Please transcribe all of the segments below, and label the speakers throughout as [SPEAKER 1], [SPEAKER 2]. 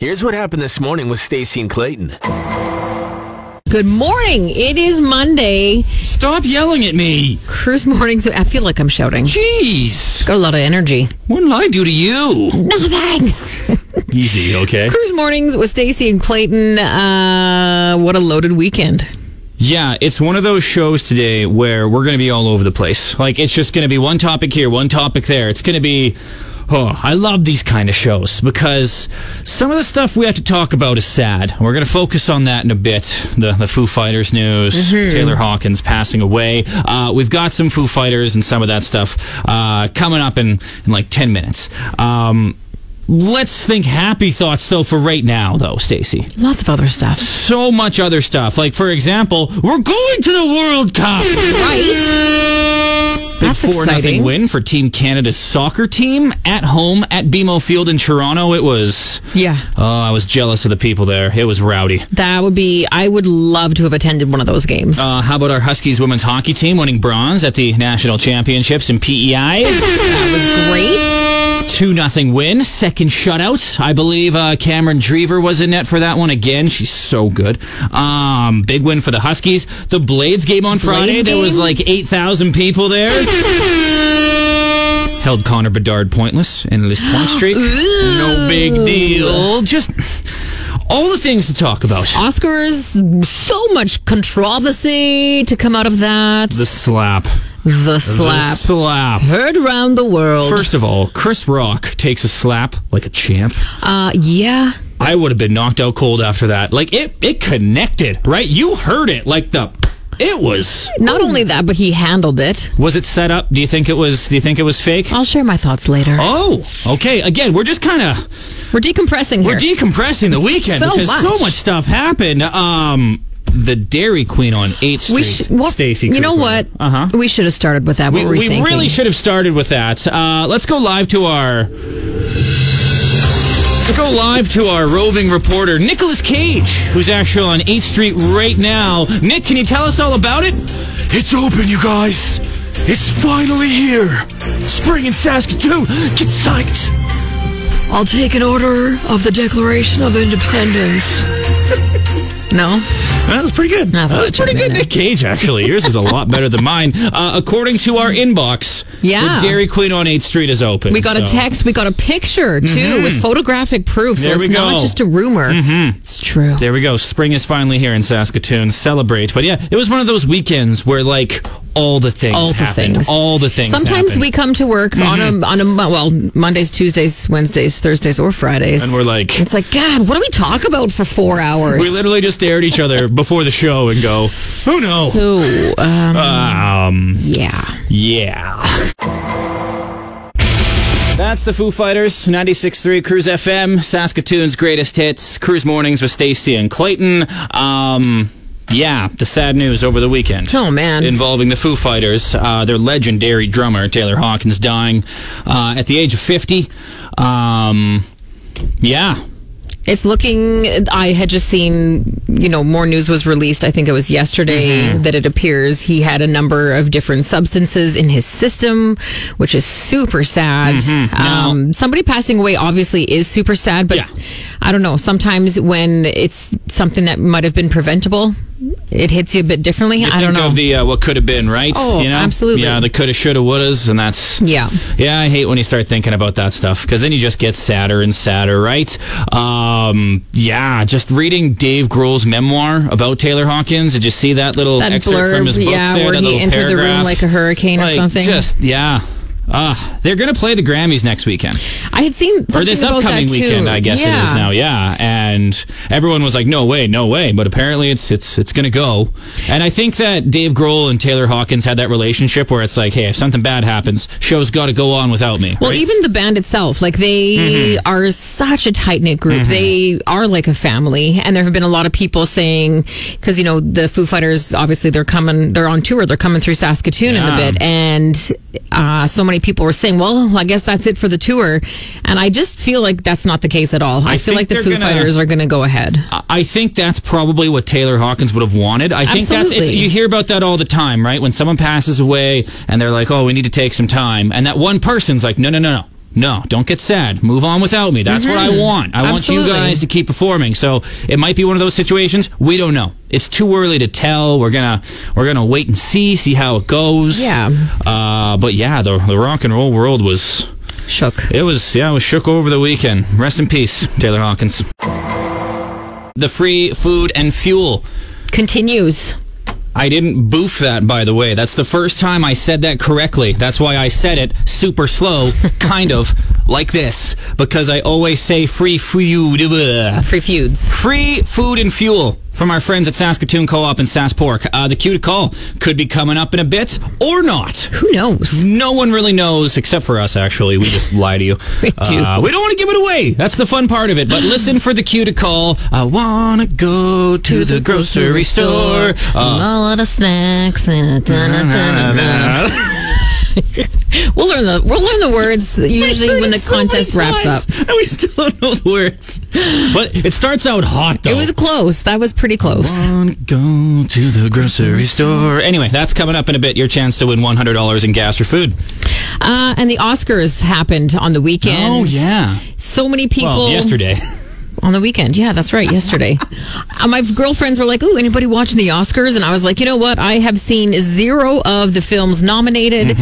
[SPEAKER 1] Here's what happened this morning with Stacey and Clayton.
[SPEAKER 2] Good morning. It is Monday.
[SPEAKER 3] Stop yelling at me.
[SPEAKER 2] Cruise mornings. I feel like I'm shouting.
[SPEAKER 3] Jeez.
[SPEAKER 2] Got a lot of energy.
[SPEAKER 3] What did I do to you?
[SPEAKER 2] Nothing.
[SPEAKER 3] Easy, okay?
[SPEAKER 2] Cruise mornings with Stacy and Clayton. Uh, what a loaded weekend.
[SPEAKER 3] Yeah, it's one of those shows today where we're going to be all over the place. Like, it's just going to be one topic here, one topic there. It's going to be. Oh, I love these kind of shows because some of the stuff we have to talk about is sad. We're going to focus on that in a bit. The the Foo Fighters news, Taylor Hawkins passing away. Uh, we've got some Foo Fighters and some of that stuff uh, coming up in, in like ten minutes. Um, let's think happy thoughts though for right now, though, Stacy
[SPEAKER 2] Lots of other stuff.
[SPEAKER 3] so much other stuff. Like, for example, we're going to the World Cup. Right. Big
[SPEAKER 2] That's
[SPEAKER 3] four
[SPEAKER 2] exciting.
[SPEAKER 3] nothing win for Team Canada's soccer team at home at BMO Field in Toronto. It was
[SPEAKER 2] Yeah.
[SPEAKER 3] Oh, I was jealous of the people there. It was rowdy.
[SPEAKER 2] That would be, I would love to have attended one of those games.
[SPEAKER 3] Uh, how about our Huskies women's hockey team winning bronze at the national championships in E PEI?
[SPEAKER 2] Great.
[SPEAKER 3] Two nothing win, second shutout. I believe uh, Cameron Drever was in net for that one again. She's so good. Um, big win for the Huskies. The Blades game on Friday.
[SPEAKER 2] Blades
[SPEAKER 3] There was
[SPEAKER 2] game?
[SPEAKER 3] like eight thousand people there. Held Connor Bedard pointless and his point streak. no big deal. Just all the things to talk about.
[SPEAKER 2] Oscars, so much controversy to come out of that.
[SPEAKER 3] The slap.
[SPEAKER 2] The slap.
[SPEAKER 3] The slap.
[SPEAKER 2] Heard around the world.
[SPEAKER 3] First of all, Chris Rock takes a slap like a champ.
[SPEAKER 2] Uh, yeah.
[SPEAKER 3] I would have been knocked out cold after that. Like it, it connected, right? You heard it, like the, it was.
[SPEAKER 2] Not only that, but he handled it.
[SPEAKER 3] Was it set up? Do you think it was? Do you think it was fake?
[SPEAKER 2] I'll share my thoughts later.
[SPEAKER 3] Oh, okay. Again, we're just kind of
[SPEAKER 2] We're decompressing here.
[SPEAKER 3] we're decompressing the weekend
[SPEAKER 2] So
[SPEAKER 3] because so
[SPEAKER 2] much.
[SPEAKER 3] much stuff happened. Um, the Dairy Queen on Eighth Street,
[SPEAKER 2] We sh- well,
[SPEAKER 3] Stacy.
[SPEAKER 2] You know what?
[SPEAKER 3] Uh huh.
[SPEAKER 2] We should have started with that.
[SPEAKER 3] We,
[SPEAKER 2] What were
[SPEAKER 3] we
[SPEAKER 2] thinking?
[SPEAKER 3] really should have started with that. Uh, let's go live to our. Let's go live to our roving reporter, Nicholas Cage, who's actually on 8th Street right now. Nick, can you tell us all about it?
[SPEAKER 4] It's open, you guys! It's finally here! Spring in Saskatoon! Get psyched!
[SPEAKER 2] I'll take an order of the Declaration of Independence. no,
[SPEAKER 3] That was pretty good.
[SPEAKER 2] I thought
[SPEAKER 3] That was
[SPEAKER 2] it should
[SPEAKER 3] pretty
[SPEAKER 2] have
[SPEAKER 3] good,
[SPEAKER 2] been
[SPEAKER 3] Nick Cage, actually. Yours is a lot better than mine. Uh, according to our inbox,
[SPEAKER 2] Yeah.
[SPEAKER 3] the Dairy Queen on 8th Street is open.
[SPEAKER 2] we got a
[SPEAKER 3] so- Mm-hmm.
[SPEAKER 2] text. We got a picture too with photographic proof. So
[SPEAKER 3] There
[SPEAKER 2] it's
[SPEAKER 3] we
[SPEAKER 2] not
[SPEAKER 3] go. Mm-hmm.
[SPEAKER 2] just a rumor. It's true.
[SPEAKER 3] There we go. Spring is finally here in Saskatoon. Celebrate. But yeah, it was one of those weekends where like all the things
[SPEAKER 2] All the
[SPEAKER 3] happened.
[SPEAKER 2] things.
[SPEAKER 3] All the things. Mm-hmm.
[SPEAKER 2] Sometimes
[SPEAKER 3] happened.
[SPEAKER 2] we come to work on a on a mo- well Mondays, Tuesdays, Wednesdays, Thursdays, or Fridays,
[SPEAKER 3] And we're like-
[SPEAKER 2] it's like God, what do we talk about for four hours?
[SPEAKER 3] we literally just stare at each other before the show and go, "Who knows?"
[SPEAKER 2] so um,
[SPEAKER 3] Uh. um,
[SPEAKER 2] yeah.
[SPEAKER 3] yeah. That's the Foo Fighters, 96.3 Cruise FM, Saskatoon's greatest hits, Cruise Mornings with Stacy and Clayton. Um, yeah, the sad news over the weekend.
[SPEAKER 2] Oh man.
[SPEAKER 3] involving the Foo Fighters, uh, their legendary drummer Taylor Hawkins dying uh, at the age of fifty. Um, yeah,
[SPEAKER 2] It's looking. I had just seen, you know, more news was released. I think it was yesterday
[SPEAKER 3] Mm-hmm.
[SPEAKER 2] that it appears he had a number of different substances in his system, which is super sad. Um, somebody passing away obviously is super sad, but
[SPEAKER 3] Mm-hmm. Yeah.
[SPEAKER 2] I don't know. Sometimes when it's something that might have been preventable, it hits you a bit differently. I don't
[SPEAKER 3] think
[SPEAKER 2] know.
[SPEAKER 3] of the uh, what could have been, right?
[SPEAKER 2] Oh, absolutely.
[SPEAKER 3] Yeah, the coulda, shoulda, wouldas, and that's
[SPEAKER 2] Yeah.
[SPEAKER 3] yeah. I hate when you start thinking about that stuff because then you just get sadder and sadder, right? Um, yeah, just reading Dave Grohl's memoir about Taylor Hawkins. Did you see that little
[SPEAKER 2] That
[SPEAKER 3] excerpt from
[SPEAKER 2] blurb,
[SPEAKER 3] his book
[SPEAKER 2] yeah,
[SPEAKER 3] there?
[SPEAKER 2] where
[SPEAKER 3] that
[SPEAKER 2] he
[SPEAKER 3] little
[SPEAKER 2] entered the room
[SPEAKER 3] paragraph?
[SPEAKER 2] like a hurricane or
[SPEAKER 3] Like,
[SPEAKER 2] something?
[SPEAKER 3] Just yeah. Ah, they're gonna play the Grammys next weekend.
[SPEAKER 2] I had seen something
[SPEAKER 3] or this
[SPEAKER 2] about
[SPEAKER 3] upcoming
[SPEAKER 2] that too.
[SPEAKER 3] weekend, I guess it is
[SPEAKER 2] Yeah.
[SPEAKER 3] now. Yeah, and everyone was like, "No way, no way!" But apparently, it's it's it's gonna go. And I think that Dave Grohl and Taylor Hawkins had that relationship where it's like, "Hey, if something bad happens, show's got to go on without me."
[SPEAKER 2] Well,
[SPEAKER 3] right? Mm-hmm.
[SPEAKER 2] even the band itself, like they are such a tight knit group. They are like a family, and there have been a lot of people saying because you know the Foo Fighters, obviously they're coming, they're on tour, they're coming through Saskatoon in a
[SPEAKER 3] Yeah.
[SPEAKER 2] bit, and uh, so many people were saying, "Well, I guess that's it for the tour," and I just feel like that's not the case at all. I,
[SPEAKER 3] I
[SPEAKER 2] feel
[SPEAKER 3] think
[SPEAKER 2] like the
[SPEAKER 3] they're
[SPEAKER 2] Foo
[SPEAKER 3] gonna- Uh,
[SPEAKER 2] Fighters are going to go ahead.
[SPEAKER 3] I think that's probably what Taylor Hawkins would have wanted. I think that's it's,
[SPEAKER 2] Absolutely.
[SPEAKER 3] you hear about that all the time, right? When someone passes away and they're like, "Oh, we need to take some time," and that one person's like, "No, no, no, no." No, don't get sad. Move on without me. That's what I want. I
[SPEAKER 2] Mm-hmm. Absolutely.
[SPEAKER 3] want you guys to keep performing. So it might be one of those situations. We don't know. It's too early to tell. We're gonna we're gonna wait and see, see how it goes.
[SPEAKER 2] Yeah.
[SPEAKER 3] Uh, but yeah, the the rock and roll world was
[SPEAKER 2] Shook.
[SPEAKER 3] it was yeah, it was shook over the weekend. Rest in peace, Taylor Hawkins. The free food and fuel.
[SPEAKER 2] Continues.
[SPEAKER 3] I didn't boof that, by the way. That's the first time I said that correctly. That's why I said it super slow, kind of like this, because I always say free food, blah.
[SPEAKER 2] Free feuds.
[SPEAKER 3] free food and fuel from our friends at Saskatoon Co-op and Sasspork. Uh, the cue to call could be coming up in a bit or not.
[SPEAKER 2] Who knows?
[SPEAKER 3] No one really knows, except for us, actually. We just lie to you.
[SPEAKER 2] We do.
[SPEAKER 3] Uh, we don't want to give it away. That's the fun part of it. But listen for the cue to call. I want to go to the grocery store. Uh,
[SPEAKER 2] a lot of snacks and a dun- dun- dun- dun- We'll learn the we'll learn the
[SPEAKER 3] Oh
[SPEAKER 2] words usually when the contest wraps up.
[SPEAKER 3] And we still don't know the words. But it starts out hot, though.
[SPEAKER 2] It was close. That was pretty close.
[SPEAKER 3] Wanna go to the grocery store. Anyway, that's coming up in a bit. Your chance to win $100 in gas or food.
[SPEAKER 2] Uh, and the Oscars happened on the weekend.
[SPEAKER 3] oh, yeah.
[SPEAKER 2] So many people
[SPEAKER 3] Well, yesterday.
[SPEAKER 2] on the weekend. Yeah, that's right. Yesterday, Uh, my girlfriends were like, "Ooh, anybody watching the Oscars?" And I was like, "You know what? I have seen zero of the films nominated.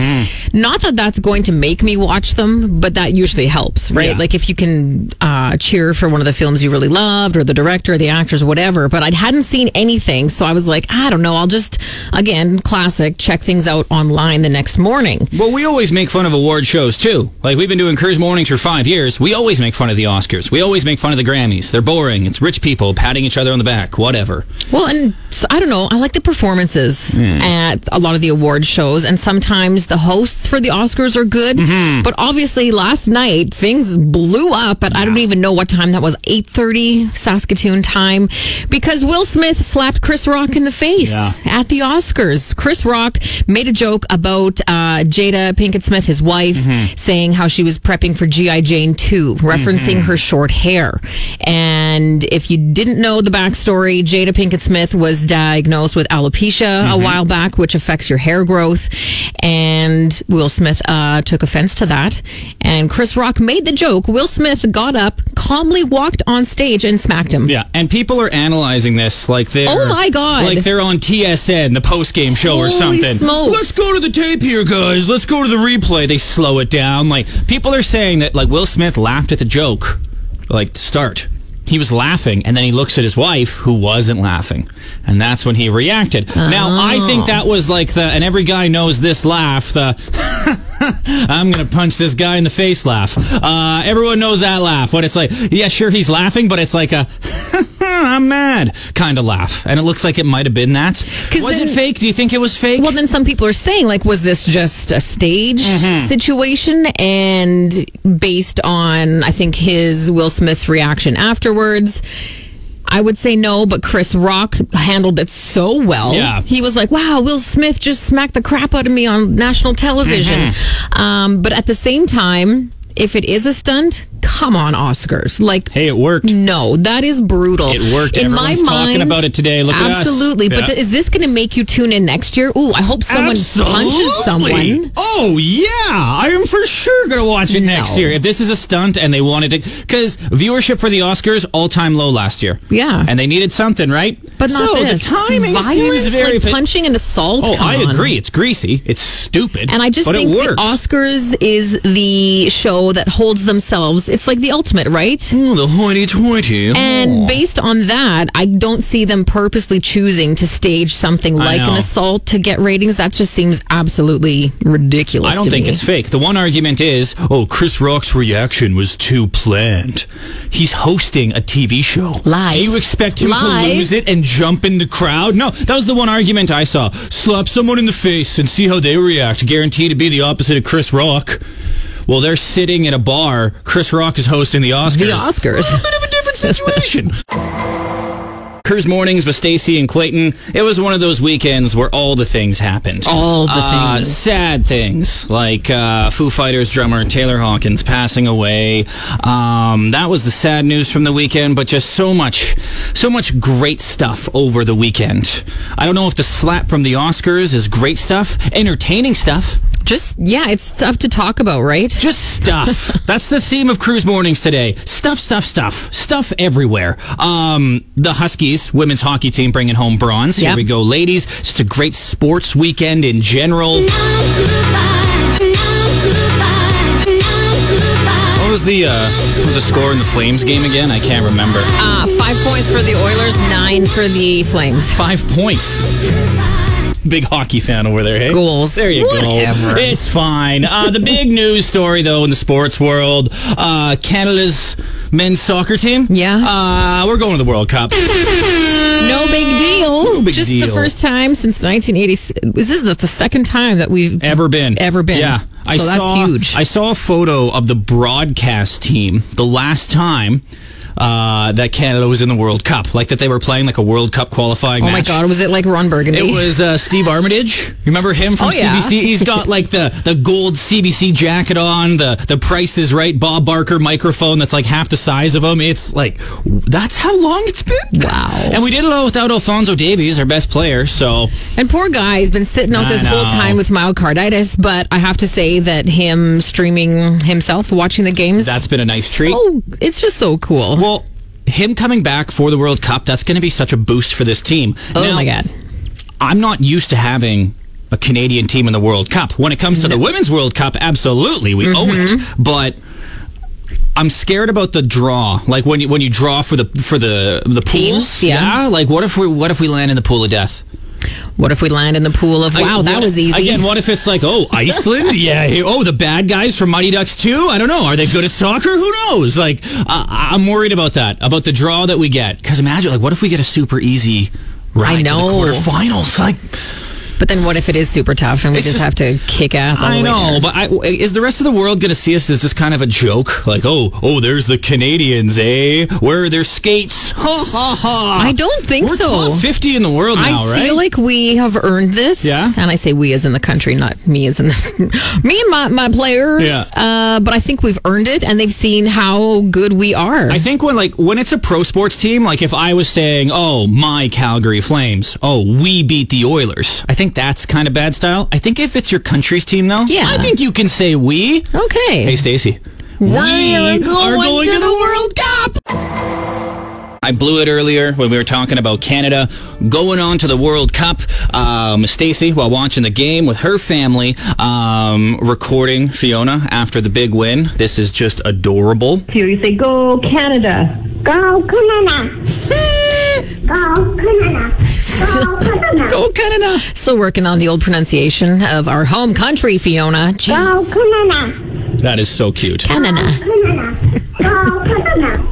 [SPEAKER 2] Not that that's going to make me watch them, but that usually helps, right?
[SPEAKER 3] Yeah.
[SPEAKER 2] Like if you can uh, cheer for one of the films you really loved, or the director, or the actors, or whatever. But I hadn't seen anything, so I was like, I don't know. I'll just again, classic, check things out online the next morning.
[SPEAKER 3] Well, we always make fun of award shows too. Like we've been doing Cruise Mornings for five years. We always make fun of the Oscars. We always make fun of the Grammys. They're boring. It's rich people patting each other on the back. Whatever.
[SPEAKER 2] Well, and s- I don't know. I like the performances at a lot of the award shows, and sometimes the hosts for the Oscars are good. But obviously, last night things blew up. But I don't even know what time that was. Eight thirty Saskatoon time, because Will Smith slapped Chris Rock in the face
[SPEAKER 3] Yeah.
[SPEAKER 2] at the Oscars. Chris Rock made a joke about uh, Jada Pinkett Smith, his wife, saying how she was prepping for G.I. Jane 2, referencing her short hair. And if you didn't know the backstory, Jada Pinkett Smith was diagnosed with alopecia a while back, which affects your hair growth. And Will Smith uh, took offense to that. And Chris Rock made the joke. Will Smith got up, calmly walked on stage, and smacked him.
[SPEAKER 3] Yeah, and people are analyzing this like they're
[SPEAKER 2] Mm-hmm. Oh my God.
[SPEAKER 3] like they're on TSN, the post game show or
[SPEAKER 2] Holy
[SPEAKER 3] something.
[SPEAKER 2] smokes.
[SPEAKER 3] Let's go to the tape here, guys. Let's go to the replay. They slow it down. Like people are saying that like Will Smith laughed at the joke, like to start. He was laughing, and then he looks at his wife, who wasn't laughing, and that's when he reacted. Now I
[SPEAKER 2] Oh.
[SPEAKER 3] think that was like the and every guy knows this laugh. The I'm gonna punch this guy in the face laugh. Uh, everyone knows that laugh. When it's like, yeah, sure, he's laughing, but it's like a I'm mad kind of laugh, and it looks like it might have been that.
[SPEAKER 2] 'Cause
[SPEAKER 3] Was
[SPEAKER 2] then-
[SPEAKER 3] it fake? Do you think it was fake?
[SPEAKER 2] Well, then some people are saying, like, was this just a staged situation? And based on, I think, his Will Smith's reaction afterwards. I would say no, but Chris Rock handled it so well.
[SPEAKER 3] Yeah.
[SPEAKER 2] He was like, wow, Will Smith just smacked the crap out of me on national television. Um, but at the same time, if it is a stunt, come on, Oscars. Like,
[SPEAKER 3] hey, it worked.
[SPEAKER 2] no, that is brutal.
[SPEAKER 3] It worked.
[SPEAKER 2] In
[SPEAKER 3] Everyone's
[SPEAKER 2] my mind,
[SPEAKER 3] talking about it today. Look at us.
[SPEAKER 2] absolutely. But
[SPEAKER 3] Yeah.
[SPEAKER 2] is this going to make you tune in next year? Ooh, I hope someone punches someone.
[SPEAKER 3] Oh yeah, I am for sure gonna watch it
[SPEAKER 2] No.
[SPEAKER 3] next year. If this is a stunt and they wanted to, because viewership for the Oscars all time low last year.
[SPEAKER 2] Yeah.
[SPEAKER 3] and they needed something, right?
[SPEAKER 2] But not
[SPEAKER 3] so
[SPEAKER 2] this.
[SPEAKER 3] the timing
[SPEAKER 2] Violence,
[SPEAKER 3] seems very.
[SPEAKER 2] like
[SPEAKER 3] pa-
[SPEAKER 2] punching and assault.
[SPEAKER 3] oh,
[SPEAKER 2] come
[SPEAKER 3] I
[SPEAKER 2] on.
[SPEAKER 3] agree. It's greasy. It's stupid.
[SPEAKER 2] And I just
[SPEAKER 3] but
[SPEAKER 2] think
[SPEAKER 3] it works.
[SPEAKER 2] the Oscars is the show that holds themselves. It's like the ultimate, right?
[SPEAKER 3] Oh, the hoity-toity. Oh.
[SPEAKER 2] And based on that, I don't see them purposely choosing to stage something like an
[SPEAKER 3] know.
[SPEAKER 2] assault to get ratings. That just seems absolutely ridiculous.
[SPEAKER 3] I don't
[SPEAKER 2] to
[SPEAKER 3] think
[SPEAKER 2] me.
[SPEAKER 3] it's fake. The one argument is, oh, Chris Rock's reaction was too planned. He's hosting a TV show.
[SPEAKER 2] Live.
[SPEAKER 3] Do you expect him
[SPEAKER 2] Live.
[SPEAKER 3] to lose it and jump in the crowd? No, that was the one argument I saw. Slap someone in the face and see how they react. Guaranteed to be the opposite of Chris Rock. Well, they're sitting at a bar. Chris Rock is hosting the Oscars.
[SPEAKER 2] the Oscars.
[SPEAKER 3] A bit of a different situation. Cruise Mornings with Stacy and Clayton. It was one of those weekends where all the things happened.
[SPEAKER 2] All the
[SPEAKER 3] Uh,
[SPEAKER 2] things.
[SPEAKER 3] sad things like uh, Foo Fighters drummer Taylor Hawkins passing away. Um, that was the sad news from the weekend, but just so much, so much great stuff over the weekend. I don't know if the slap from the Oscars is great stuff, entertaining stuff.
[SPEAKER 2] Just yeah, it's stuff to talk about, right?
[SPEAKER 3] Just stuff. That's the theme of Cruise Mornings today. Stuff, stuff, stuff. Stuff everywhere. Um, the Huskies women's hockey team bringing home bronze. Here
[SPEAKER 2] Yep.
[SPEAKER 3] we go, ladies. Just a great sports weekend in general. What was the uh, what was the score in the Flames game again? I can't remember.
[SPEAKER 2] Uh, five points for the Oilers, nine for the Flames.
[SPEAKER 3] Five points. Big hockey fan over there, hey?
[SPEAKER 2] Goals.
[SPEAKER 3] There you
[SPEAKER 2] Whatever.
[SPEAKER 3] go. It's fine. Uh, the big news story, though, in the sports world uh, Canada's men's soccer team.
[SPEAKER 2] Yeah.
[SPEAKER 3] Uh, we're going to the World Cup.
[SPEAKER 2] No big deal.
[SPEAKER 3] big
[SPEAKER 2] Just
[SPEAKER 3] deal.
[SPEAKER 2] the first time since 1980. Was this the second time that we've
[SPEAKER 3] Ever been.
[SPEAKER 2] Ever been.
[SPEAKER 3] Yeah.
[SPEAKER 2] So
[SPEAKER 3] I
[SPEAKER 2] that's
[SPEAKER 3] saw,
[SPEAKER 2] huge.
[SPEAKER 3] I saw a photo of the broadcast team the last time. Uh, that Canada was in the World Cup, like that they were playing like a World Cup qualifying
[SPEAKER 2] Oh
[SPEAKER 3] match.
[SPEAKER 2] my God! Was it like Ron Burgundy?
[SPEAKER 3] It was uh, Steve Armitage. Remember him from
[SPEAKER 2] Oh, yeah.
[SPEAKER 3] CBC? He's got like the, the gold CBC jacket on, the the Price is Right Bob Barker microphone that's like half the size of him. It's like that's how long it's been.
[SPEAKER 2] Wow.
[SPEAKER 3] And we did it all without Alfonso Davies, our best player. So
[SPEAKER 2] And poor guy has been sitting out
[SPEAKER 3] I
[SPEAKER 2] this whole
[SPEAKER 3] know.
[SPEAKER 2] time with myocarditis, but I have to say that him streaming himself, watching the games,
[SPEAKER 3] That's been a nice
[SPEAKER 2] so-
[SPEAKER 3] treat.
[SPEAKER 2] It's just so cool.
[SPEAKER 3] well, him coming back for the World Cup, that's going to be such a boost for this team.
[SPEAKER 2] oh
[SPEAKER 3] Now,
[SPEAKER 2] my god!
[SPEAKER 3] I'm not used to having a Canadian team in the World Cup. When it comes to the Women's World Cup, absolutely, we own
[SPEAKER 2] Mm-hmm.
[SPEAKER 3] it. But I'm scared about the draw. Like when you when you draw for the for the the
[SPEAKER 2] Teams,
[SPEAKER 3] pools,
[SPEAKER 2] yeah.
[SPEAKER 3] Like what if we what if we land in the pool of death?
[SPEAKER 2] What if we land in the pool of wow?
[SPEAKER 3] Like,
[SPEAKER 2] that
[SPEAKER 3] what-
[SPEAKER 2] was easy.
[SPEAKER 3] Again, what if it's like oh Iceland? yeah. here- Oh, the bad guys from Mighty Ducks too. I don't know. Are they good at soccer? Who knows? Like I I'm worried about that about the draw that we get. Because imagine like what if we get a super easy. Right
[SPEAKER 2] know.
[SPEAKER 3] to the quarterfinals. Like,
[SPEAKER 2] but then what if it is super tough and we
[SPEAKER 3] It's
[SPEAKER 2] just,
[SPEAKER 3] just-
[SPEAKER 2] have to kick ass? All the
[SPEAKER 3] I
[SPEAKER 2] way
[SPEAKER 3] know, but I, is the rest of the world going to see us as just kind of a joke? Like, oh, oh, there's the Canadians, eh? Where are their skates? Ha ha ha!
[SPEAKER 2] I don't think
[SPEAKER 3] We're
[SPEAKER 2] so.
[SPEAKER 3] top fifty in the world
[SPEAKER 2] I
[SPEAKER 3] now, right?
[SPEAKER 2] feel like we have earned this.
[SPEAKER 3] Yeah?
[SPEAKER 2] And I say we as in the country, not me as in this. me and my, my players.
[SPEAKER 3] Yeah.
[SPEAKER 2] Uh, but I think we've earned it and they've seen how good we are.
[SPEAKER 3] I think when like when it's a pro sports team, like if I was saying, "Oh, my Calgary Flames," "Oh, we beat the Oilers," I think that's kind of bad style. I think if it's your country's team, though,
[SPEAKER 2] Yeah.
[SPEAKER 3] I think you can say we.
[SPEAKER 2] okay.
[SPEAKER 3] Hey, Stacy, we,
[SPEAKER 2] are going to the
[SPEAKER 3] World Cup. I blew it earlier when we were talking about Canada going on to the World Cup. Um, Stacy, while watching the game with her family, um, recording Fiona after the big win. This is just adorable.
[SPEAKER 5] you. You say, "Go Canada, go Canada, go Canada, go Canada,
[SPEAKER 3] Go Oh, Canada!
[SPEAKER 2] Still working on the old pronunciation of our home country, Fiona.
[SPEAKER 5] go
[SPEAKER 2] Jeez.
[SPEAKER 5] Canada,
[SPEAKER 3] That is so cute.
[SPEAKER 2] Canada.
[SPEAKER 5] Canada, go Canada,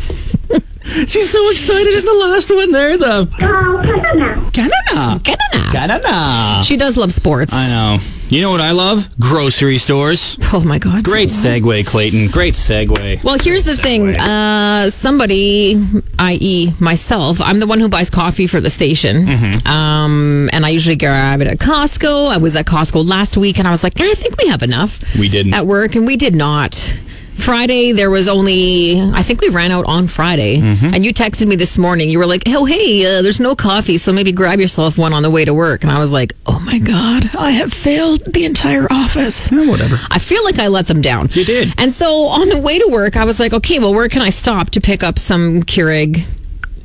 [SPEAKER 3] She's so excited. Is the last one there, the
[SPEAKER 5] go Canada."
[SPEAKER 3] Canada?
[SPEAKER 2] Canada.
[SPEAKER 3] Canada.
[SPEAKER 2] She does love sports.
[SPEAKER 3] I know. You know what I love? Grocery stores.
[SPEAKER 2] Oh my God.
[SPEAKER 3] Great segue, Clayton. Great segue.
[SPEAKER 2] Well, here's the thing. Uh, somebody, i.e., myself, I'm the one who buys coffee for the station.
[SPEAKER 3] Mm-hmm.
[SPEAKER 2] Um, and I usually grab it at Costco. I was at Costco last week and I was like, I think we have enough.
[SPEAKER 3] We didn't.
[SPEAKER 2] At work, and we did not. Friday, there was only, I think we ran out on Friday.
[SPEAKER 3] Mm-hmm.
[SPEAKER 2] And you texted me this morning. You were like, oh, hey, uh, there's no coffee, so maybe grab yourself one on the way to work. And I was like, oh my God, I have failed the entire office.
[SPEAKER 3] whatever.
[SPEAKER 2] I feel like I let them down.
[SPEAKER 3] You did.
[SPEAKER 2] And so on the way to work, I was like, okay, well, where can I stop to pick up some Keurig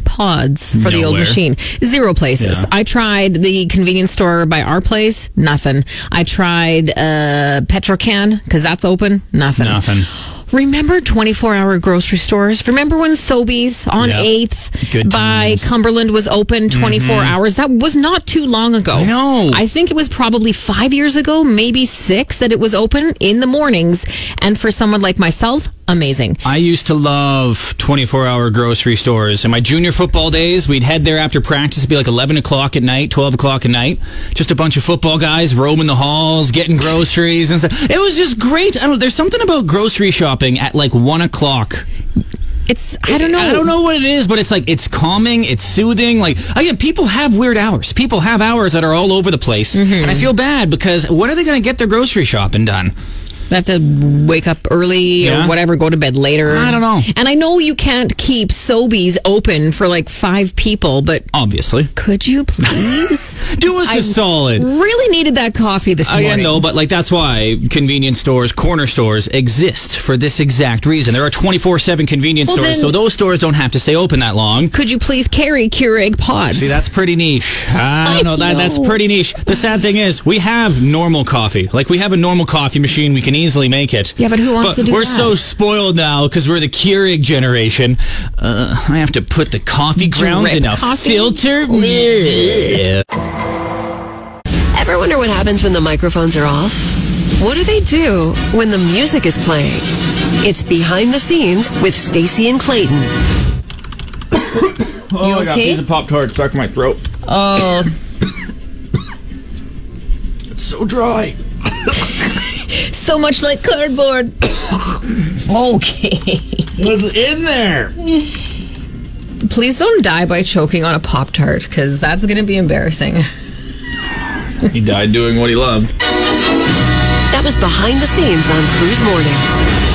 [SPEAKER 2] pods for the old
[SPEAKER 3] Nowhere.
[SPEAKER 2] machine? Zero places.
[SPEAKER 3] Yeah.
[SPEAKER 2] I tried the convenience store by our place, nothing. I tried uh, Petrocan because that's open, nothing.
[SPEAKER 3] Nothing.
[SPEAKER 2] Remember 24 hour grocery stores? Remember when Sobeys on
[SPEAKER 3] Yeah.
[SPEAKER 2] 8th
[SPEAKER 3] Good
[SPEAKER 2] by
[SPEAKER 3] times.
[SPEAKER 2] Cumberland was open 24 hours? That was not too long ago.
[SPEAKER 3] Mm-hmm. I know.
[SPEAKER 2] I think it was probably five years ago, maybe six, that it was open in the mornings. And for someone like myself, amazing.
[SPEAKER 3] I used to love 24 hour grocery stores. In my junior football days, we'd head there after practice. It'd be like 11 o'clock at night, 12 o'clock at night. Just a bunch of football guys roaming the halls, getting groceries and stuff. It was just great. I don't know. There's something about grocery shopping at like 1 o'clock
[SPEAKER 2] It's, I don't know.
[SPEAKER 3] I don't know what it is, but it's like it's calming, it's soothing. Like again, people have weird hours. People
[SPEAKER 2] Mm-hmm.
[SPEAKER 3] have hours that are all over the place, and I feel bad because when are they going to get their grocery shopping done?
[SPEAKER 2] I have to wake up early
[SPEAKER 3] Yeah.
[SPEAKER 2] or whatever, go to bed later.
[SPEAKER 3] I don't know.
[SPEAKER 2] And I know you can't keep Sobeys open for like five people, but
[SPEAKER 3] Obviously.
[SPEAKER 2] could you please?
[SPEAKER 3] Do us a
[SPEAKER 2] I
[SPEAKER 3] solid.
[SPEAKER 2] Really needed that coffee this
[SPEAKER 3] I
[SPEAKER 2] morning.
[SPEAKER 3] know, but like that's why convenience stores, corner stores exist for this exact reason. There are 24/7 convenience
[SPEAKER 2] Well,
[SPEAKER 3] stores,
[SPEAKER 2] then-
[SPEAKER 3] so those stores don't have to stay open that long.
[SPEAKER 2] Could you please carry Keurig pods?
[SPEAKER 3] See, that's pretty niche. I don't know. That, that's
[SPEAKER 2] know.
[SPEAKER 3] pretty niche. The sad thing is, we have normal coffee. Like, we have a normal coffee machine. We can easily make it.
[SPEAKER 2] Yeah, but who wants to do
[SPEAKER 3] we're
[SPEAKER 2] that?
[SPEAKER 3] so spoiled now because we're the Keurig generation. Uh, I have to put the coffee grounds in a
[SPEAKER 2] coffee?
[SPEAKER 3] filter. Yeah.
[SPEAKER 6] Ever wonder what happens when the microphones are off? What do they do when the music is playing? It's behind the scenes with Stacy and Clayton.
[SPEAKER 2] you okay?
[SPEAKER 3] Pop Tart stuck in my throat.
[SPEAKER 2] oh,
[SPEAKER 4] It's so dry.
[SPEAKER 2] so much like cardboard. okay.
[SPEAKER 4] What's in there?
[SPEAKER 2] Please don't die by choking on a Pop Tart because that's going to be embarrassing.
[SPEAKER 3] He died doing what he loved.
[SPEAKER 6] That was behind the scenes on Cruise Mornings.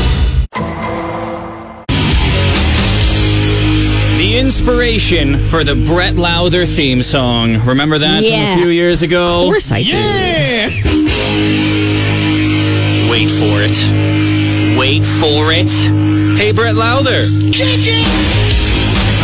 [SPEAKER 3] The inspiration for the Brett Lowther theme song. Remember that from
[SPEAKER 2] Yeah.
[SPEAKER 3] a few years ago?
[SPEAKER 2] Of course I do.
[SPEAKER 3] Wait for it. Wait for it. Hey, Brett Lowther.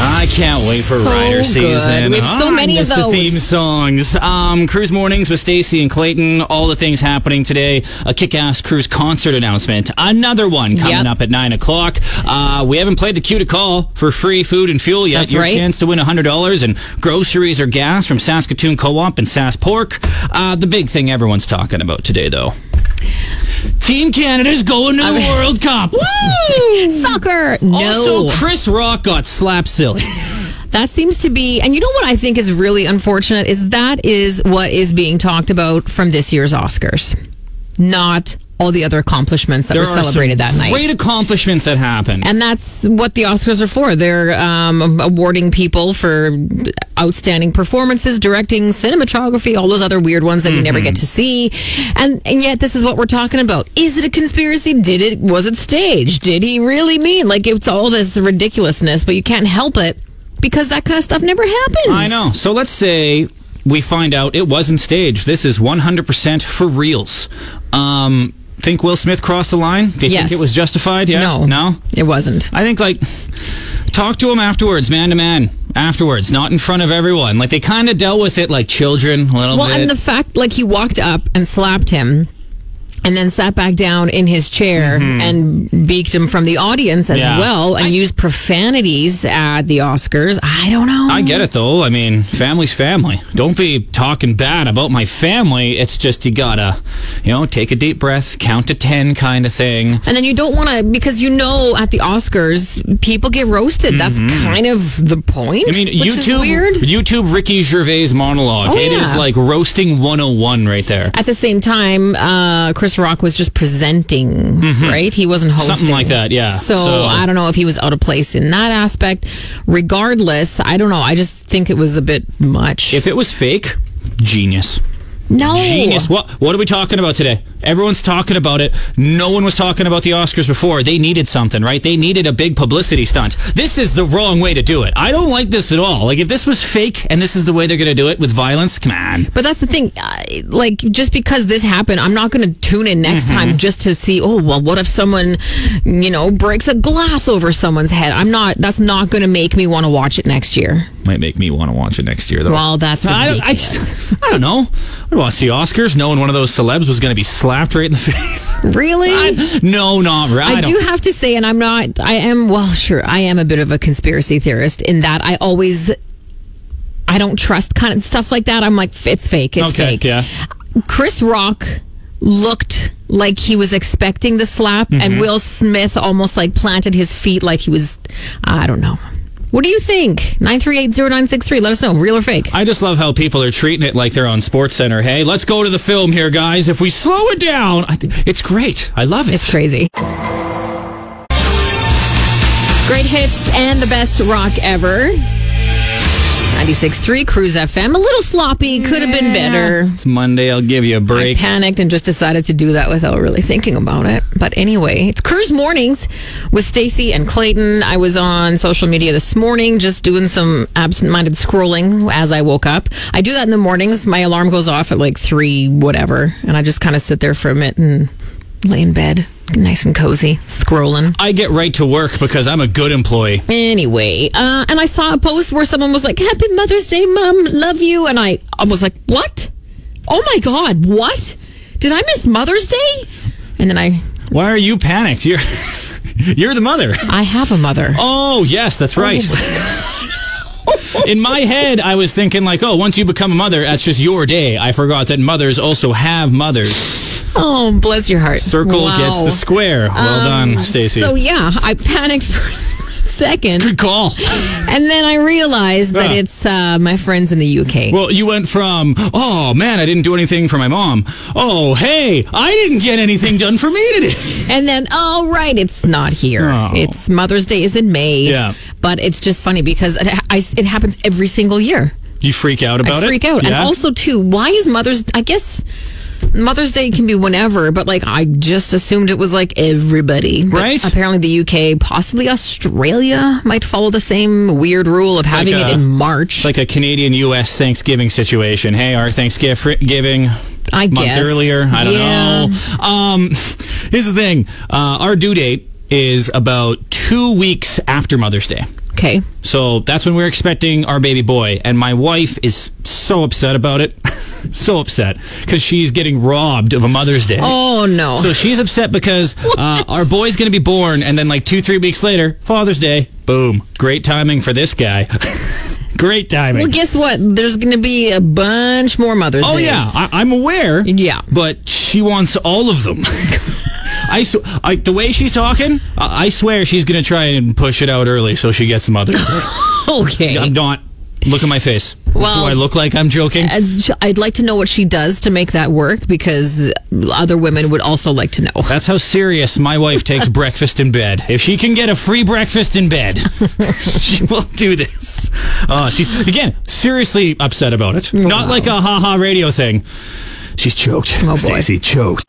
[SPEAKER 3] I can't wait for
[SPEAKER 2] So
[SPEAKER 3] Rider
[SPEAKER 2] good.
[SPEAKER 3] season.
[SPEAKER 2] We have so
[SPEAKER 3] Ah,
[SPEAKER 2] many
[SPEAKER 3] I
[SPEAKER 2] of
[SPEAKER 3] miss
[SPEAKER 2] those.
[SPEAKER 3] the theme songs. Um, cruise mornings with Stacy and Clayton. All the things happening today. A kick-ass cruise concert announcement. Another one coming
[SPEAKER 2] Yep.
[SPEAKER 3] up at nine o'clock. Uh, we haven't played the cue to call for free food and fuel yet.
[SPEAKER 2] That's
[SPEAKER 3] Your
[SPEAKER 2] right.
[SPEAKER 3] chance to win hundred dollars and groceries or gas from Saskatoon Co-op and Sass Pork. Uh, the big thing everyone's talking about today, though. Team Canada's going to the World Cup. Woo!
[SPEAKER 2] Soccer! No.
[SPEAKER 3] Also, Chris Rock got slapped silly.
[SPEAKER 2] That seems to be, and you know what I think is really unfortunate is that is what is being talked about from this year's Oscars, not all the other accomplishments that were
[SPEAKER 3] are some
[SPEAKER 2] celebrated that night.
[SPEAKER 3] Great accomplishments that happened.
[SPEAKER 2] and that's what the Oscars are for. They're um, awarding people for outstanding performances, directing, cinematography, all those other weird ones that we never get
[SPEAKER 3] Mm-hmm.
[SPEAKER 2] to see. And and yet this is what we're talking about. Is it a conspiracy? Did it was it staged? Did he really mean like it's all this ridiculousness, but you can't help it because that kind of stuff never happens.
[SPEAKER 3] I know. So let's say we find out it wasn't staged. This is 100% for reals. Um, think Will Smith crossed the line? Do you
[SPEAKER 2] Yes.
[SPEAKER 3] think it was justified? Yeah.
[SPEAKER 2] No.
[SPEAKER 3] No.
[SPEAKER 2] It wasn't.
[SPEAKER 3] I think like talk to him afterwards, man to man. Afterwards, not in front of everyone. Like they kind of dealt with it like children a little
[SPEAKER 2] Well,
[SPEAKER 3] bit.
[SPEAKER 2] and the fact like he walked up and slapped him and then sat back down in his chair and beaked him from the audience as
[SPEAKER 3] Mm-hmm. Yeah.
[SPEAKER 2] well and used profanities at the Oscars. I don't know.
[SPEAKER 3] I get it though. I mean, family's family. Don't be talking bad about my family. It's just you gotta, you know, take a deep breath, count to ten, kind of thing.
[SPEAKER 2] And then you don't want to because you know at the Oscars people get roasted. That's kind of the point.
[SPEAKER 3] Mm-hmm. I mean,
[SPEAKER 2] which is
[SPEAKER 3] YouTube,
[SPEAKER 2] weird.
[SPEAKER 3] YouTube Ricky Gervais monologue.
[SPEAKER 2] Oh,
[SPEAKER 3] It is
[SPEAKER 2] yeah.
[SPEAKER 3] like roasting 101 right there.
[SPEAKER 2] At the same time, uh, Chris Rock was just presenting, right? He wasn't hosting.
[SPEAKER 3] Mm-hmm. Something like that, yeah.
[SPEAKER 2] So,
[SPEAKER 3] So- uh,
[SPEAKER 2] I don't know if he was out of place in that aspect. Regardless, I don't know. I just think it was a bit much.
[SPEAKER 3] If it was fake, genius.
[SPEAKER 2] no.
[SPEAKER 3] Genius. What what are we talking about today? Everyone's talking about it. No one was talking about the Oscars before. They needed something, right? They needed a big publicity stunt. This is the wrong way to do it. I don't like this at all. Like if this was fake and this is the way they're going to do it with violence, come on.
[SPEAKER 2] But that's the thing. I, like, just because this happened, I'm not going to tune in
[SPEAKER 3] Mm-hmm.
[SPEAKER 2] next time just to see, oh, well, what if someone, you know, breaks a glass over someone's head? I'm not, that's not going to make me want to watch it next year.
[SPEAKER 3] Might make me want to watch it next year though.
[SPEAKER 2] Well, that's
[SPEAKER 3] I
[SPEAKER 2] ridiculous.
[SPEAKER 3] don't, I, just, I don't know. I'd watch the Oscars knowing one of those celebs was going to be slapped right in the face.
[SPEAKER 2] really?
[SPEAKER 3] No, not right.
[SPEAKER 2] I, do have to say, and I'm not, I am, well, sure, I am a bit of a conspiracy theorist in that I always, I don't trust kind of stuff like that. I'm like, it's fake, it's
[SPEAKER 3] Okay,
[SPEAKER 2] fake.
[SPEAKER 3] yeah.
[SPEAKER 2] Chris Rock looked like he was expecting the slap, and
[SPEAKER 3] Mm-hmm.
[SPEAKER 2] Will Smith almost like planted his feet like he was, I don't know. What do you think? 9380963. Let us know, real or fake.
[SPEAKER 3] I just love how people are treating it like they're on Sports Center. Hey, let's go to the film here, guys. If we slow it down, I th- it's great. I love it.
[SPEAKER 2] It's crazy. Great hits and the best rock ever. 96.3 Cruise FM. A little sloppy. Could have been better.
[SPEAKER 3] It's Monday. I'll give you a
[SPEAKER 2] I
[SPEAKER 3] break.
[SPEAKER 2] panicked and just decided to do that without really thinking about it. But anyway, it's Cruise Mornings with Stacy and Clayton. I was on social media this morning just doing some absent-minded scrolling as I woke up. I do that in the mornings. My alarm goes off at like 3 whatever, and I just kind of sit there for a minute and lay in bed, nice and cozy, scrolling.
[SPEAKER 3] I get right to work because I'm a good employee.
[SPEAKER 2] Anyway, uh, and I saw a post where someone was like, "Happy Mother's Day, Mom, love you," and I, I was like, "What? Oh my God, what? Did I miss Mother's Day?" And then I,
[SPEAKER 3] Why are you panicked? You're you're the mother.
[SPEAKER 2] I have a mother.
[SPEAKER 3] Oh, yes, that's right.
[SPEAKER 2] Oh.
[SPEAKER 3] In my head, I was thinking like, oh, once you become a mother, that's just your day. I forgot that mothers also have mothers.
[SPEAKER 2] Oh, bless your heart.
[SPEAKER 3] Circle gets
[SPEAKER 2] Wow. Um,
[SPEAKER 3] the square. Well done, Stacy.
[SPEAKER 2] So yeah, I panicked for a second,
[SPEAKER 3] Good call.
[SPEAKER 2] and then I realized that
[SPEAKER 3] Yeah.
[SPEAKER 2] it's uh, my friends in the UK.
[SPEAKER 3] Well, you went from, oh man, I didn't do anything for my mom. Oh, hey, I didn't get anything done for me today.
[SPEAKER 2] And then, oh right, it's not here.
[SPEAKER 3] Oh.
[SPEAKER 2] It's Mother's Day is in May.
[SPEAKER 3] Yeah.
[SPEAKER 2] but it's just funny because it, I, it happens every single year.
[SPEAKER 3] You freak out about
[SPEAKER 2] I freak
[SPEAKER 3] it?
[SPEAKER 2] out.
[SPEAKER 3] Yeah?
[SPEAKER 2] And also, too, why is Mother's? I guess Mother's Day can be whenever, but like I just assumed it was like everybody. But
[SPEAKER 3] Right?
[SPEAKER 2] Apparently, the UK, possibly Australia, might follow the same weird rule of having
[SPEAKER 3] like
[SPEAKER 2] it
[SPEAKER 3] a-
[SPEAKER 2] in March.
[SPEAKER 3] It's like a Canadian U.S. Thanksgiving situation. Hey, our Thanksgiving
[SPEAKER 2] I
[SPEAKER 3] month
[SPEAKER 2] guess.
[SPEAKER 3] earlier. I don't
[SPEAKER 2] Yeah.
[SPEAKER 3] know. Um, here's the thing: uh, our due date is about two weeks after Mother's Day.
[SPEAKER 2] okay.
[SPEAKER 3] So that's when we're expecting our baby boy, and my wife is so upset about it, so upset because she's getting robbed of a Mother's Day.
[SPEAKER 2] Oh no.
[SPEAKER 3] So she's upset because uh, our boy's going to be born, and then like two, three weeks later, Father's Day. Boom! Great timing for this guy. Great timing.
[SPEAKER 2] well, guess what? There's going to be a bunch more Mother's
[SPEAKER 3] Oh
[SPEAKER 2] Days.
[SPEAKER 3] yeah, I, I'm aware.
[SPEAKER 2] Yeah.
[SPEAKER 3] but she wants all of them. I, sw- I the way she's talking, I, I swear she's gonna try and push it out early so she gets some other.
[SPEAKER 2] Okay.
[SPEAKER 3] I'm not. Look at my face.
[SPEAKER 2] Well- uh,
[SPEAKER 3] Do I look like I'm joking?
[SPEAKER 2] As sh- I'd like to know what she does to make that work because other women would also like to know.
[SPEAKER 3] That's how serious my wife takes breakfast in bed. If she can get a free breakfast in bed, she will do this. Uh, she's again seriously upset about it. Not like a haha radio thing. She's choked.
[SPEAKER 2] Oh, boy.
[SPEAKER 3] Stacy choked.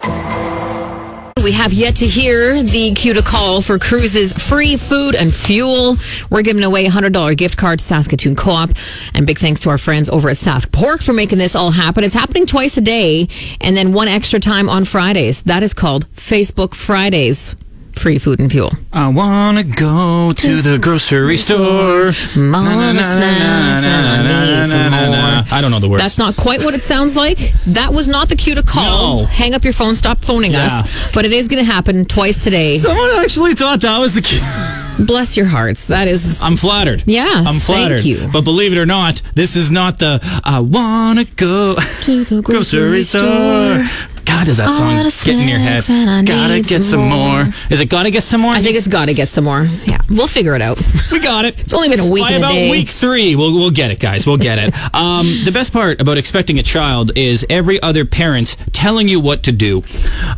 [SPEAKER 2] We have yet to hear the cue to call for cruises, free food and fuel. We're giving away a $100 gift card to Saskatoon Co op. And big thanks to our friends over at Sask Pork for making this all happen. It's happening twice a day and then one extra time on Fridays. That is called Facebook Fridays. Free food and fuel.
[SPEAKER 3] I wanna go to the grocery store.
[SPEAKER 2] Mama snacks, I need some more.
[SPEAKER 3] I don't know the words.
[SPEAKER 2] That's not quite what it sounds like. That was not the cue to call.
[SPEAKER 3] No.
[SPEAKER 2] Hang up your phone, stop phoning
[SPEAKER 3] Yeah.
[SPEAKER 2] us. But it is going to happen twice today.
[SPEAKER 3] Someone actually thought that was the cue.
[SPEAKER 2] Bless your hearts. That is.
[SPEAKER 3] I'm flattered.
[SPEAKER 2] Yeah,
[SPEAKER 3] I'm
[SPEAKER 2] thank
[SPEAKER 3] flattered.
[SPEAKER 2] you.
[SPEAKER 3] But believe it or not, this is not the I wanna go
[SPEAKER 2] To the grocery store.
[SPEAKER 3] God, does that song
[SPEAKER 2] All the
[SPEAKER 3] get in your head?
[SPEAKER 2] snacks and I
[SPEAKER 3] Gotta
[SPEAKER 2] need
[SPEAKER 3] get
[SPEAKER 2] some
[SPEAKER 3] some more.
[SPEAKER 2] more.
[SPEAKER 3] Is it gotta get some more?
[SPEAKER 2] I think it's got to get some more. Yeah, we'll figure it out.
[SPEAKER 3] we got it.
[SPEAKER 2] It's only been a week.
[SPEAKER 3] By
[SPEAKER 2] and a
[SPEAKER 3] about
[SPEAKER 2] day.
[SPEAKER 3] week three, we'll, we'll get it, guys. We'll get it. um, the best part about expecting a child is every other parent telling you what to do.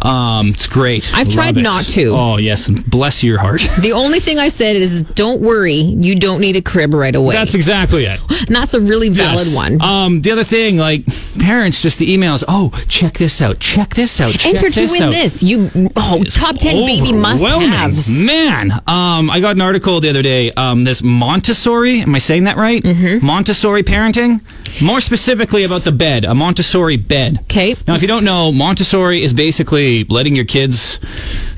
[SPEAKER 3] Um, it's great.
[SPEAKER 2] I've
[SPEAKER 3] Love
[SPEAKER 2] tried
[SPEAKER 3] it.
[SPEAKER 2] not to.
[SPEAKER 3] Oh, yes. and Bless your heart.
[SPEAKER 2] The only thing I said is, don't worry, you don't need a crib right away.
[SPEAKER 3] That's exactly it.
[SPEAKER 2] and that's a really valid
[SPEAKER 3] Yes.
[SPEAKER 2] one.
[SPEAKER 3] Um, the other thing, like parents, just the emails. Oh, check this out. Check this out. Check
[SPEAKER 2] Enter to
[SPEAKER 3] this
[SPEAKER 2] win
[SPEAKER 3] out.
[SPEAKER 2] this. You oh, top ten baby must
[SPEAKER 3] Overwhelming.
[SPEAKER 2] haves.
[SPEAKER 3] Man, um, I got an article the other day. Um, this Montessori, am I saying that right? Mm-hmm. Montessori parenting. More specifically about the bed, a Montessori bed.
[SPEAKER 2] 'Kay.
[SPEAKER 3] Now, if you don't know, Montessori is basically letting your kids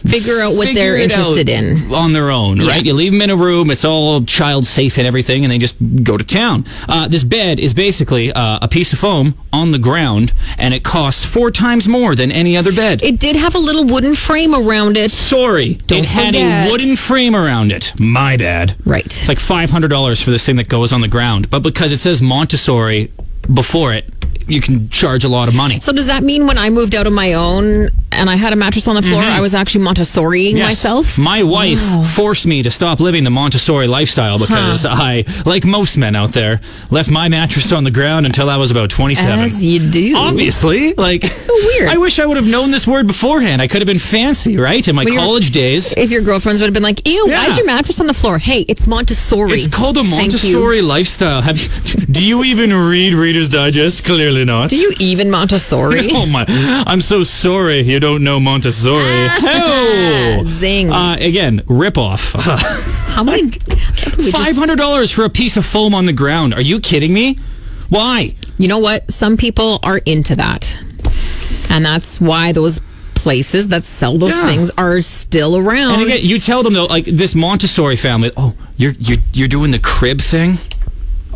[SPEAKER 2] Figure out what
[SPEAKER 3] figure
[SPEAKER 2] they're
[SPEAKER 3] it out
[SPEAKER 2] interested in.
[SPEAKER 3] on their own,
[SPEAKER 2] Yeah.
[SPEAKER 3] right? You leave them in a room; it's all child safe and everything, and they just go to town. Uh, this bed is basically uh, a piece of foam on the ground, and it costs four times more than any other bed.
[SPEAKER 2] It did have a little wooden frame around it.
[SPEAKER 3] Sorry,
[SPEAKER 2] Don't
[SPEAKER 3] it had
[SPEAKER 2] forget.
[SPEAKER 3] a wooden frame around it. My bad.
[SPEAKER 2] Right.
[SPEAKER 3] It's like five hundred dollars for this thing that goes on the ground, but because it says Montessori before it, you can charge a lot of money.
[SPEAKER 2] So does that mean when I moved out on my own and I had a mattress on the floor, I was actually Montessoriing
[SPEAKER 3] Mm-hmm. Yes.
[SPEAKER 2] myself.
[SPEAKER 3] My wife forced me to stop living the Montessori lifestyle because I, like most men out there, left my mattress on the ground until I was about 27.
[SPEAKER 2] As you do.
[SPEAKER 3] Obviously, like
[SPEAKER 2] so weird.
[SPEAKER 3] I wish I would have known this word beforehand. I could have been fancy, right? In my
[SPEAKER 2] Well, you're-
[SPEAKER 3] college days.
[SPEAKER 2] If your girlfriends would have been like, ew, why
[SPEAKER 3] Yeah.
[SPEAKER 2] is your mattress on the floor? Hey, it's Montessori.
[SPEAKER 3] It's called a
[SPEAKER 2] Thank you.
[SPEAKER 3] Montessori lifestyle. Have you, do you even read Reader's Digest? Clearly not.
[SPEAKER 2] Do you even Montessori?
[SPEAKER 3] Oh my! I'm so sorry you don't know Montessori. oh,
[SPEAKER 2] Ah, Zing.
[SPEAKER 3] Uh, again, ripoff.
[SPEAKER 2] How many? I can't believe we just-
[SPEAKER 3] Five hundred dollars for a piece of foam on the ground. Are you kidding me? Why?
[SPEAKER 2] you know what? Some people are into that. And that's why those places that sell those
[SPEAKER 3] Yeah.
[SPEAKER 2] things are still around.
[SPEAKER 3] And again, you tell them though, like this Montessori family. Oh, you're you're you're doing the crib thing.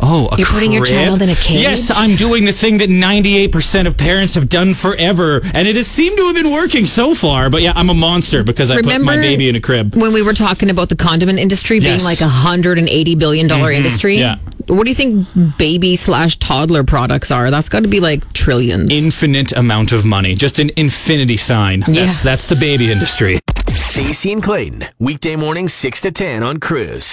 [SPEAKER 3] Oh, a
[SPEAKER 2] You're putting your
[SPEAKER 3] crib?
[SPEAKER 2] child in a cage?
[SPEAKER 3] Yes, I'm doing the thing that 98% of parents have done forever, and it has seemed to have been working so far. But yeah, I'm a monster because I put my baby in a crib.
[SPEAKER 2] When we were talking about the condiment industry
[SPEAKER 3] Yes. Mm-hmm.
[SPEAKER 2] being like a hundred and eighty billion industry.
[SPEAKER 3] yeah.
[SPEAKER 2] What do you think baby slash toddler products are? That's got to be like trillions.
[SPEAKER 3] Infinite amount of money, just an infinity sign. That's
[SPEAKER 2] Yeah.
[SPEAKER 3] that's the baby industry.
[SPEAKER 1] Stacey and Clayton, weekday morning 6 to 10 on Cruise.